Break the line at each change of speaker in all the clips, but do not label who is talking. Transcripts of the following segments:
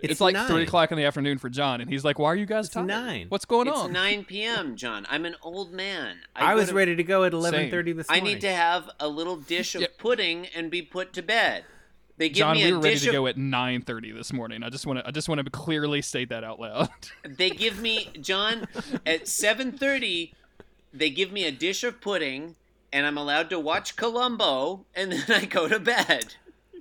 It's,
like three
nine.
o'clock in the afternoon for John, and he's like, "Why are you guys
It's
tired?
nine.
What's going
it's
on?"
9 p.m., John. I'm an old man.
I,
go
was
to-
ready to go at eleven thirty this
I
morning.
need to have a little dish of
Yeah.
pudding and be put to bed. They give
John,
me
we
a
were ready
dish
to
of
go at nine thirty this morning. I just want to, I just want to clearly state that out loud.
they give me John at 7:30 they give me a dish of pudding and I'm allowed to watch Columbo and then I go to bed.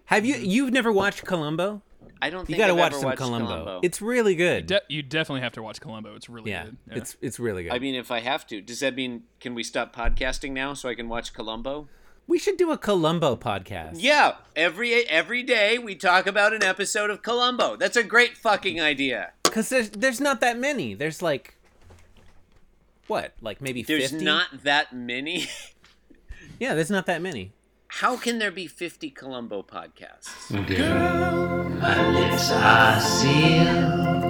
Have you? You've never watched Columbo?
I don't
You
think
got to
I've
watch
ever
some
watched
Columbo.
Columbo.
It's really good.
De- you definitely have to watch Columbo. It's really
yeah,
good. Yeah.
it's it's really good.
I mean if I have to. Does that mean can we stop podcasting now so I can watch Columbo?
we should do a Columbo podcast.
Yeah, every every day we talk about an episode of Columbo. That's a great fucking idea.
because there's there's not that many. There's like what, like maybe
There's
50?
not that many.
Yeah, there's not that many.
How can there be 50 Columbo podcasts?
lips are sealed.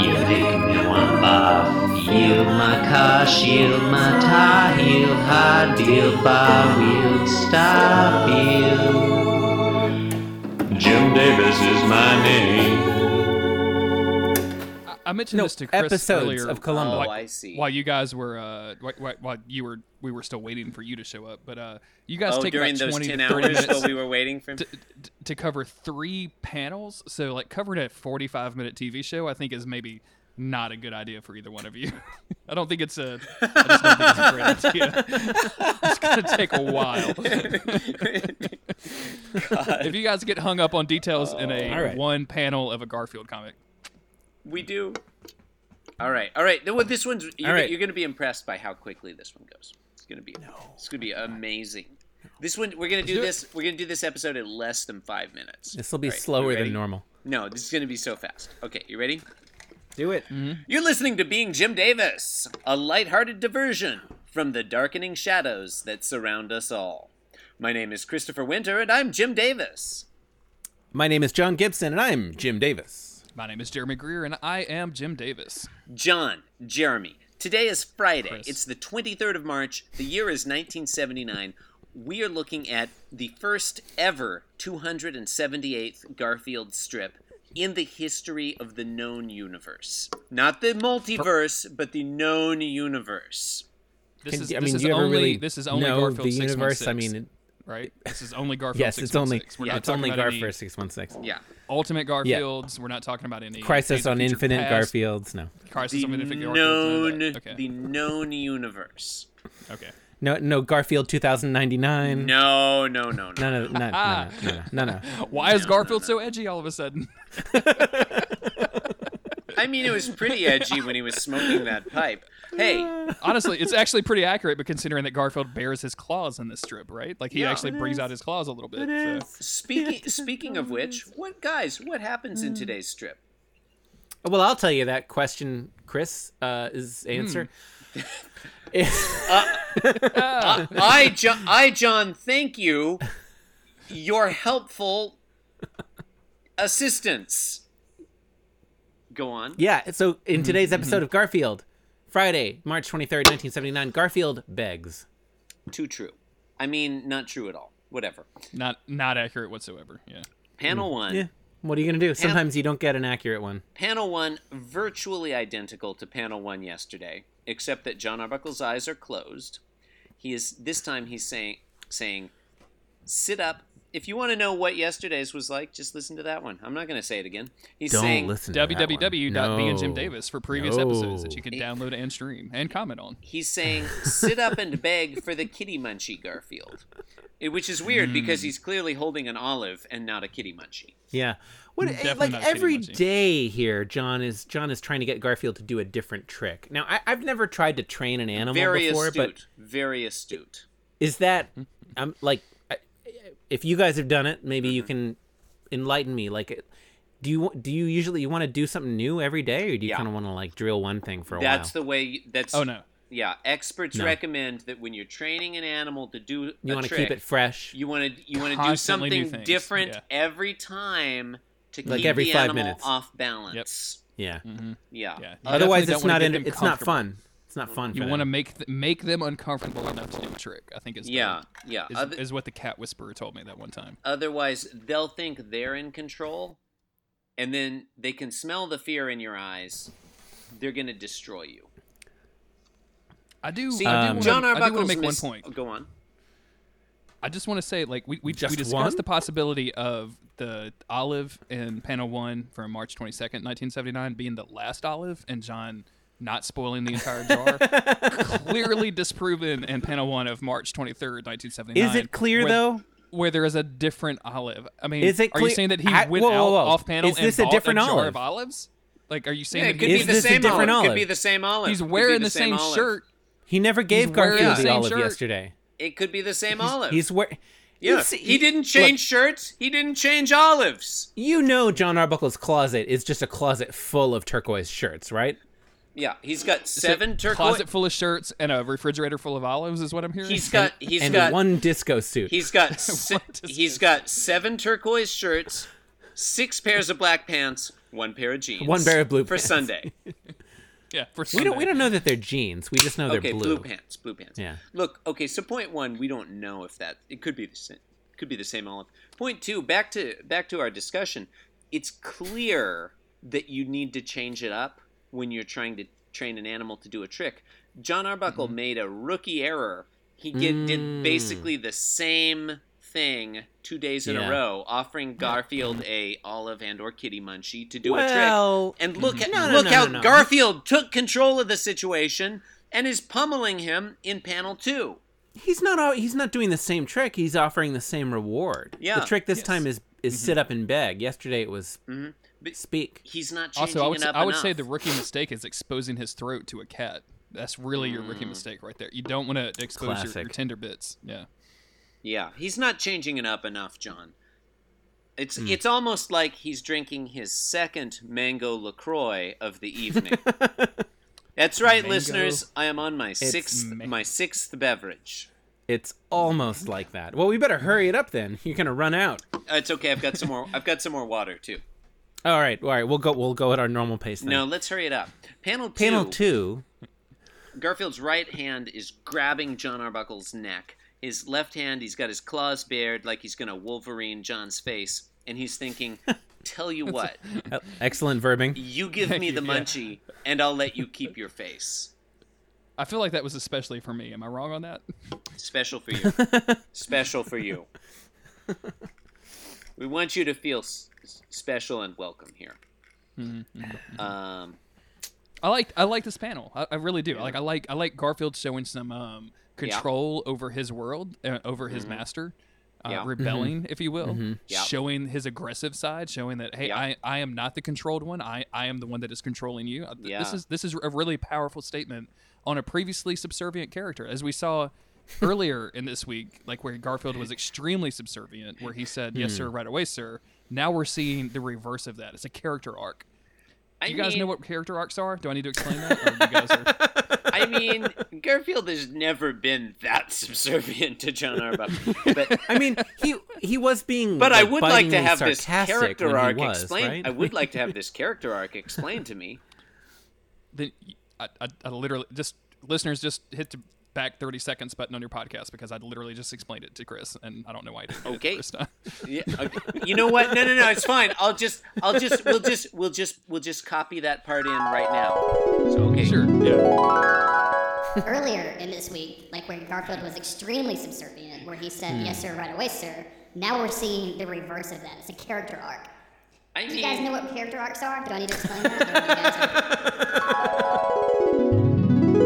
You lick me one bar, yield my car, shield my tie, heel, high deal, bar, wheel, stop you. Jim Davis is my name.
I, I mentioned
No,
this to Chris
episodes
earlier.
of Columbo.
Oh,
while-
I see.
While you guys were, uh, wh- wh- while you were, we were still waiting for you to show up. But uh, you guys
Oh,
take
during
about
those
twenty
10
to thirty
hours
minutes
while we were waiting for him.
to, to- to cover three panels. So like covering a forty-five minute TV show, I think is maybe not a good idea for either one of you. I don't think it's a. I just don't think it's a great idea. It's gonna take a while. if you guys get hung up on details in a
All right.
one panel of a Garfield comic,
We do. All right, all right. No, well, this one's you're,
All right.
you're going to be impressed by how quickly this one goes. It's going to be It's going to be amazing. This one we're going to do
do it.
this. We're going to do this episode in less than five minutes.
This will be
All right, you
slower
ready?
than normal.
No, this is going to be so fast. Okay, you ready?
Do it.
You're listening to Being Jim Davis, a lighthearted diversion from the darkening shadows that surround us all. My name is Christopher Winter, and I'm Jim Davis.
My name is John Gibson, and I'm Jim Davis.
my name is Jeremy Greer and I am Jim Davis.
John, Jeremy, today is Friday.
Chris.
It's the 23rd of March. The year is 1979. We are looking at the first ever 278th Garfield strip in the history of the known universe. Not the multiverse, but the known universe.
This
Can-
is
I
this
mean,
is
do you ever
only
really
this is only
know
Garfield
the universe? I
616,
mean,
right? This is only Garfield.
yes, it's only
616. We're
yeah,
not
it's
talking
only
about any-
Garfield six one six.
Yeah.
Ultimate Garfields. We're not talking about any Days
Crisis
of
on
Future
Infinite
Past,
Garfields. No,
Crisis
The
on Infinite Garfields.
known,
none of that.
the
Okay.
known universe.
okay.
no, no Garfield two thousand ninety nine.
No, no, no, no.
No, no, no, no, no, no, no, no.
Why is Garfield so edgy all of a sudden?
I mean, it was pretty edgy when he was smoking that pipe. Hey,
Honestly, it's actually pretty accurate, but considering that Garfield bears his claws in this strip, right? Like he
Yeah.
actually brings out his claws a little bit. so.
speaking speaking of which, what guys, what happens in today's strip?
Well, I'll tell you that question, Chris, uh, is answer.
I, John, I, John, thank you. Your helpful assistance. Go on.
Yeah. So in today's episode of Garfield, Friday, March 23rd, 1979, Garfield begs.
Too true. I mean, not true at all. Whatever.
Not not accurate whatsoever. Yeah.
Panel one.
Hmm. Yeah. What are you going to do? Sometimes you don't get an accurate one.
Panel one virtually identical to panel one yesterday, except that John Arbuckle's eyes are closed. He is this time he's saying saying, "Sit up." If you want to know what yesterday's was like, just listen to that one. I'm not going to say it again. He's saying
www.beandjimdavis for previous episodes that you can
No.
download and stream and comment on.
he's saying, "Sit up and beg for the kitty munchie, Garfield," Eh, which is weird
Hmm.
because he's clearly holding an olive and not a kitty munchie.
Yeah. What eh,
Definitely
like
not kidding,
every
Munchie.
day here, John is John is trying to get Garfield to do a different trick. Now I, I've never tried to train an animal
Very
before, but
astute. Very astute.
is that
Hmm.
I'm like, I, if you guys have done it, maybe
Mm-hmm.
you can enlighten me. Like, do you do you usually you want to do something new every day, or do you
Yeah.
kind of want to like drill one thing for a while?
That's the way. you- That's
Oh no.
Yeah, experts
No.
recommend that when you're training an animal to do
You
a
want to
trick,
keep it fresh.
you want to you want to do
Constantly new
something
things,
different
yeah.
every time to
Like
keep
every
the
five
animal
minutes.
off balance.
yeah.
Yeah.
Yeah.
Uh,
definitely
Otherwise, it's
don't wanna
not
get
in,
them
it's not
comfortable.
fun. It's not fun.
You
for
want to
them.
make th- make them uncomfortable enough to do a trick. I think is the-
yeah, yeah.
is,
Oth-
is what the cat whisperer told me that one time.
otherwise, they'll think they're in control, and then they can smell the fear in your eyes, they're going to destroy you.
I do.
See,
I do
Um,
wanna,
John
I do wanna
Arbuckle's
make
mis-
one point.
oh, Go on.
I just want to say, like, we, we,
Just
we discussed
one?
the possibility of the olive in panel one from March 22nd, 1979, being the last olive, and John not spoiling the entire jar. Clearly disproven in panel one of March 23rd, 1979.
Is it clear,
where-
though?
Where there is a different olive. I mean,
Is it
are
clear-
you saying that he
I-
went
whoa, whoa,
out
whoa.
off panel
Is this
and
a
bought
different
a jar
olive?
of olives? Like, are you saying
Yeah,
that
it could
he
be
Is
the
this a
same olive.
different
Could be
olive?
the same olive.
he's
Could be
wearing the, same,
olive.
shirt?
He never gave
wearing
Garfield
the
the
same
olive
shirt.
yesterday.
It could be the same olive.
He's wearing.
yeah. he didn't change shirts. He didn't change olives.
you know, John Arbuckle's closet is just a closet full of turquoise shirts, right?
Yeah, he's got seven
So,
turquoise.
Closet full of shirts and a refrigerator full of olives is what I'm hearing.
He's got. He's
and
got.
one disco suit.
He's got. Si-
What is
he's got seven turquoise shirts, six pairs of black pants, one pair of jeans,
One pair of blue
for
pants.
Sunday.
yeah, for
we don't.
Sunday.
We don't know that they're jeans. We just know they're
okay,
blue.
pants, blue pants.
Yeah.
Look, okay. So point one, we don't know if that it could be the same. Could be the same olive. Point two, back to back to our discussion. It's clear that you need to change it up when you're trying to train an animal to do a trick. John Arbuckle made a rookie error. He get, did
Mm-hmm. Mm.
basically the same thing two days in
Yeah.
a row, offering Garfield a olive and or kitty munchie to do a trick.
well, mm-hmm.
And look
Mm-hmm.
at
No, no,
look
no,
how
no, no.
Garfield took control of the situation and is pummeling him in panel two.
he's not. al- He's not doing the same trick. He's offering the same reward.
Yeah. Mm-hmm.
The trick this
Yes.
time is is sit up and beg. Yesterday it was
Mhm. But-
speak.
He's not changing
Also, I would,
it
say,
up
I would
enough.
say the rookie mistake is exposing his throat to a cat. That's really your
Hmm.
rookie mistake right there. You don't want to expose your, your
Classic.
tender bits. Yeah.
yeah, he's not changing it up enough, John. It's
Hmm.
it's almost like he's drinking his second mango Lacroix of the evening. That's right,
Mango.
listeners. I am on my sixth
ma-
my sixth beverage.
It's almost like that. Well, we better hurry it up then. You're gonna run out.
Uh, It's okay. I've got some more. I've got some more water too.
All right. All right. We'll go. We'll go at our normal pace. Then.
No, let's hurry it up. Panel two.
Panel two.
Garfield's right hand is grabbing John Arbuckle's neck. His left hand, he's got his claws bared like he's going to Wolverine John's face. And he's thinking, tell you what,
Uh, Excellent verbing.
you give me
you,
the
yeah.
munchie and I'll let you keep your face.
I feel like that was especially for me. Am I wrong on that?
Special for you. special for you. We want you to feel s- s- special and welcome here.
Mm-hmm.
Um,
I like I like this panel. I, I really do. Like I like I like Garfield showing some um, control over his world, uh, over his master, uh,
Mm-hmm. Yeah. Mm-hmm.
rebelling, if you will,
Yeah.
showing his aggressive side, showing that hey,
Yeah.
I, I am not the controlled one. I, I am the one that is controlling you. Uh, th- This
Yeah.
is this is a really powerful statement on a previously subservient character, as we saw earlier in this week, like where Garfield was extremely subservient, where he said yes sir right away sir. Now we're seeing the reverse of that. It's a character arc.
I
Do you guys
mean-
know what character arcs are? Do I need to explain that? Or you guys are...
I mean, Garfield has never been that subservient to John Arbuckle. But
I mean, he he was being.
But I
like,
would like to
bitingly
have this
sarcastic
character
when he
arc
was,
explained.
right?
I would like to have this character arc explained to me.
Then I, I, I literally just listeners just hit the back thirty seconds button on your podcast because I literally just explained it to Chris, and I don't know why I didn't. do it
Okay.
the first time.
Yeah, okay. You know what? No, no, no. It's fine. I'll just, I'll just, we'll just, we'll just, we'll just copy that part in right now. So okay.
Sure. Yeah.
earlier in this week, like where Garfield was extremely subservient, where he said, yes, sir, right away, sir, now we're seeing the reverse of that. It's a character arc.
I
Do you guys
mean,
know what character arcs are? Do I need to explain that? Or do you guys
and,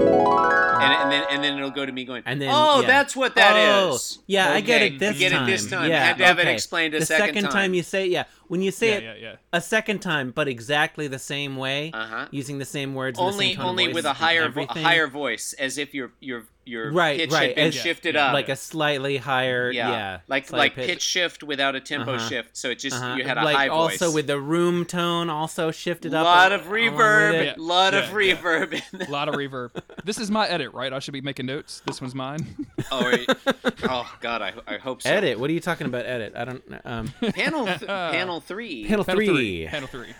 and then, and then it'll go to me going,
And then,
oh,
yeah.
that's what that is.
Oh, Yeah, I get
Okay,
it this
I get
time.
it this time.
Yeah,
Had to have
okay.
it explained a
the
second,
time. you say yeah, when you say
Yeah.
it
Yeah. Yeah.
a second time, but exactly the same way,
Uh-huh.
using the same words, and the
only,
same tone of
only
voice
with a
and
higher, vo- a
everything.
higher voice, as if your, your, your
Right,
pitch had
right,
been
as-
shifted up,
like a slightly higher, yeah,
yeah, like
slight
like pitch. shift without a tempo
Uh-huh.
shift. So it just
Uh-huh.
you had a
like
high voice.
also with the room tone also shifted up.
lot of
along with
reverb,
it.
Yeah.
lot of
Yeah, yeah.
reverb. in
A lot of reverb. This is my edit, right? I should be making notes. This one's mine.
the- oh, wait. oh God, I, I hope so.
Edit. What are you talking about? Edit. I don't. know. Um,
Panel th- panel three.
panel,
Panel
three. Uh,
Panel three.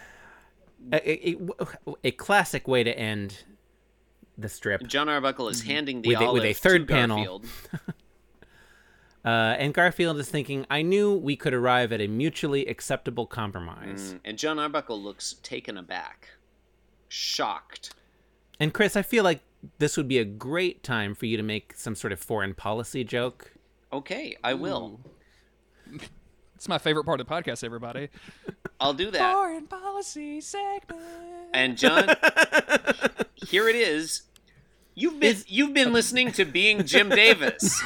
A, a- a- a classic way to end the strip.
John Arbuckle is handing the
Mm-hmm. With a-
olive
with a
to
third panel.
Garfield.
Uh, and Garfield is thinking, I knew we could arrive at a mutually acceptable compromise.
And John Arbuckle looks taken aback, shocked.
And Chris, I feel like this would be a great time for you to make some sort of foreign policy joke.
Okay, I will.
It's my favorite part of the podcast, everybody.
I'll do that.
Foreign policy segment.
And John, here it is. You've been you've been listening to Being Jim Davis,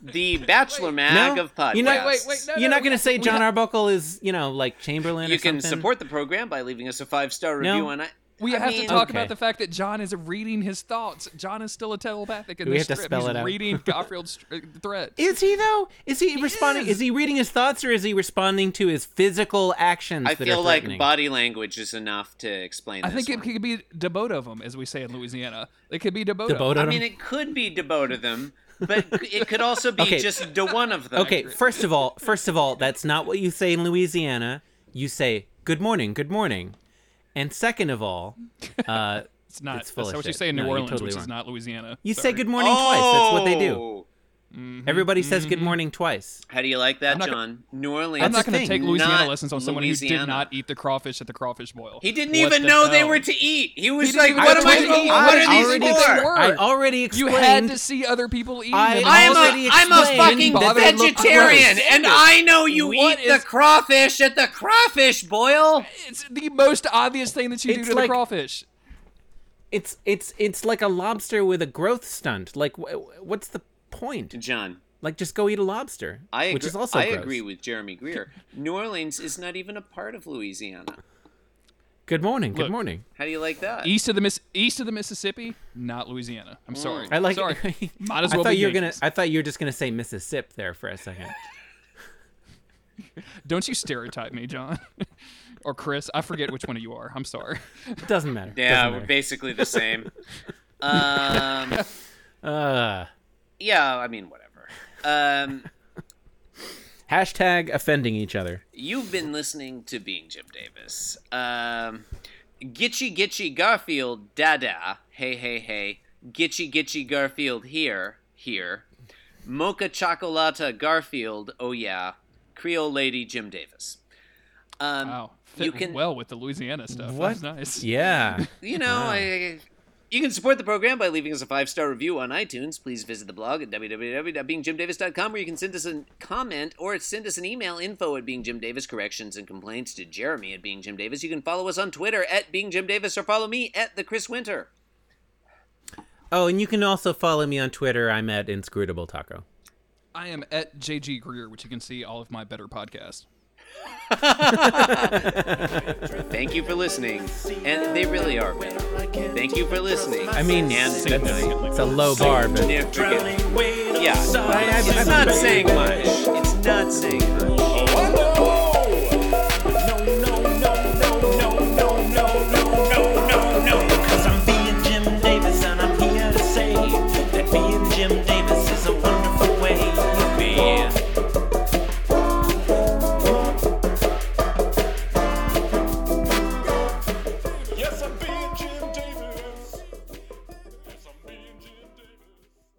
the Bachelor Mag
No,
of podcasts.
you're not-
Wait, wait, no.
You're not going
we-
to say John Arbuckle is, you know, like Chamberlain
You
or something.
can support the program by leaving us a five star
No.
review on. I,
We
I
have
mean-
to talk
Okay.
about the fact that John is reading his thoughts. John is still a telepathic in
Do we
this
have to
strip.
spell
He's
it out?
reading Garfield's uh, str- threat.
Is he though? Is he, responding?
is.
Is. he reading his thoughts or is he responding to his physical actions?
I
that
feel
are
like
threatening?
body language is enough to explain.
I
this
think it
one.
could be the both of them, as we say in Louisiana. It could be the both
the
of 'em.
boat.
I
on him?
mean, it could be to both of them, but it could also be
Okay.
just to one of them.
okay, first of all, first of all, that's not what you say in Louisiana. You say "Good morning, good morning," and second of all, uh,
It's not.
It's full
that's
of
what you
shit.
say in
No,
New
you're
Orleans,
totally
which is
wrong.
not Louisiana.
you say
Sorry.
"Good morning" twice. That's what they do.
Oh. Mm-hmm,
Everybody says "Good morning" twice.
How do you like that,
I'm not
John?
gonna-
New Orleans.
I'm not
the
going to
thing.
take Louisiana
Not
lessons on someone who
Louisiana.
did not eat the crawfish at the crawfish boil.
He didn't
What
even
the
know they
hell?
were to eat. He was
didn't
like,
even
"What
know
am I?
they were
eating?
to
What
eat.
are these
already
They
expla-
for?"
were.
I already
You
explained.
had to see other people eating
I-
them.
I
I'm
Also,
already
a, I'm a
explained.
fucking
Didn't bother to look
vegetarian,
gross.
and I know you
What
eat the
is-
crawfish at the crawfish boil.
it's the most obvious thing that you do
It's
to
like-
the crawfish.
It's it's it's like a lobster with a growth stunt. Like, wh- what's the point?
John,
Like, just go eat a lobster,
I agree,
which is also
I
gross.
agree with Jeremy Greer. New Orleans is not even a part of Louisiana.
Good morning, good
Look.
morning.
How do you like that?
East of the Miss, east of the Mississippi, not Louisiana. I'm sorry.
Mm. I like.
Sorry. Might as
I
well
thought
be
you were gonna.
Yankees.
I thought you were just gonna say Mississippi there for a second.
Don't you stereotype me, John, or Chris? I forget which one of you are. I'm sorry.
Doesn't matter.
Yeah,
Doesn't
we're
matter.
basically the same. um,
Uh,
yeah, I mean whatever. Um,
hashtag offending each other.
You've been listening to Being Jim Davis. Um, gitchy gitchy Garfield, da da. Hey hey hey. Gitchy gitchy Garfield here here. Mocha chocolata Garfield. Oh yeah. Creole lady Jim Davis. Um,
Wow,
You
fit
can-
well with the Louisiana stuff.
What?
That's nice.
Yeah.
you know, I, you can support the program by leaving us a five star review on iTunes. Please visit the blog at www.beingjimdavis.com where you can send us a comment or send us an email info at beingjimdavis, corrections and complaints to Jeremy at beingjimdavis. You can follow us on Twitter at beingjimdavis or follow me at the Chris Winter.
Oh, and you can also follow me on Twitter. I'm at inscrutable taco.
I am at JG Greer, which you can see all of my better podcasts.
Thank you for listening, and they really are better. Thank you for listening.
I mean,
And
that's,
good night.
it's a low bar, but
Never forget- Yeah, it's not saying much. It's not saying much.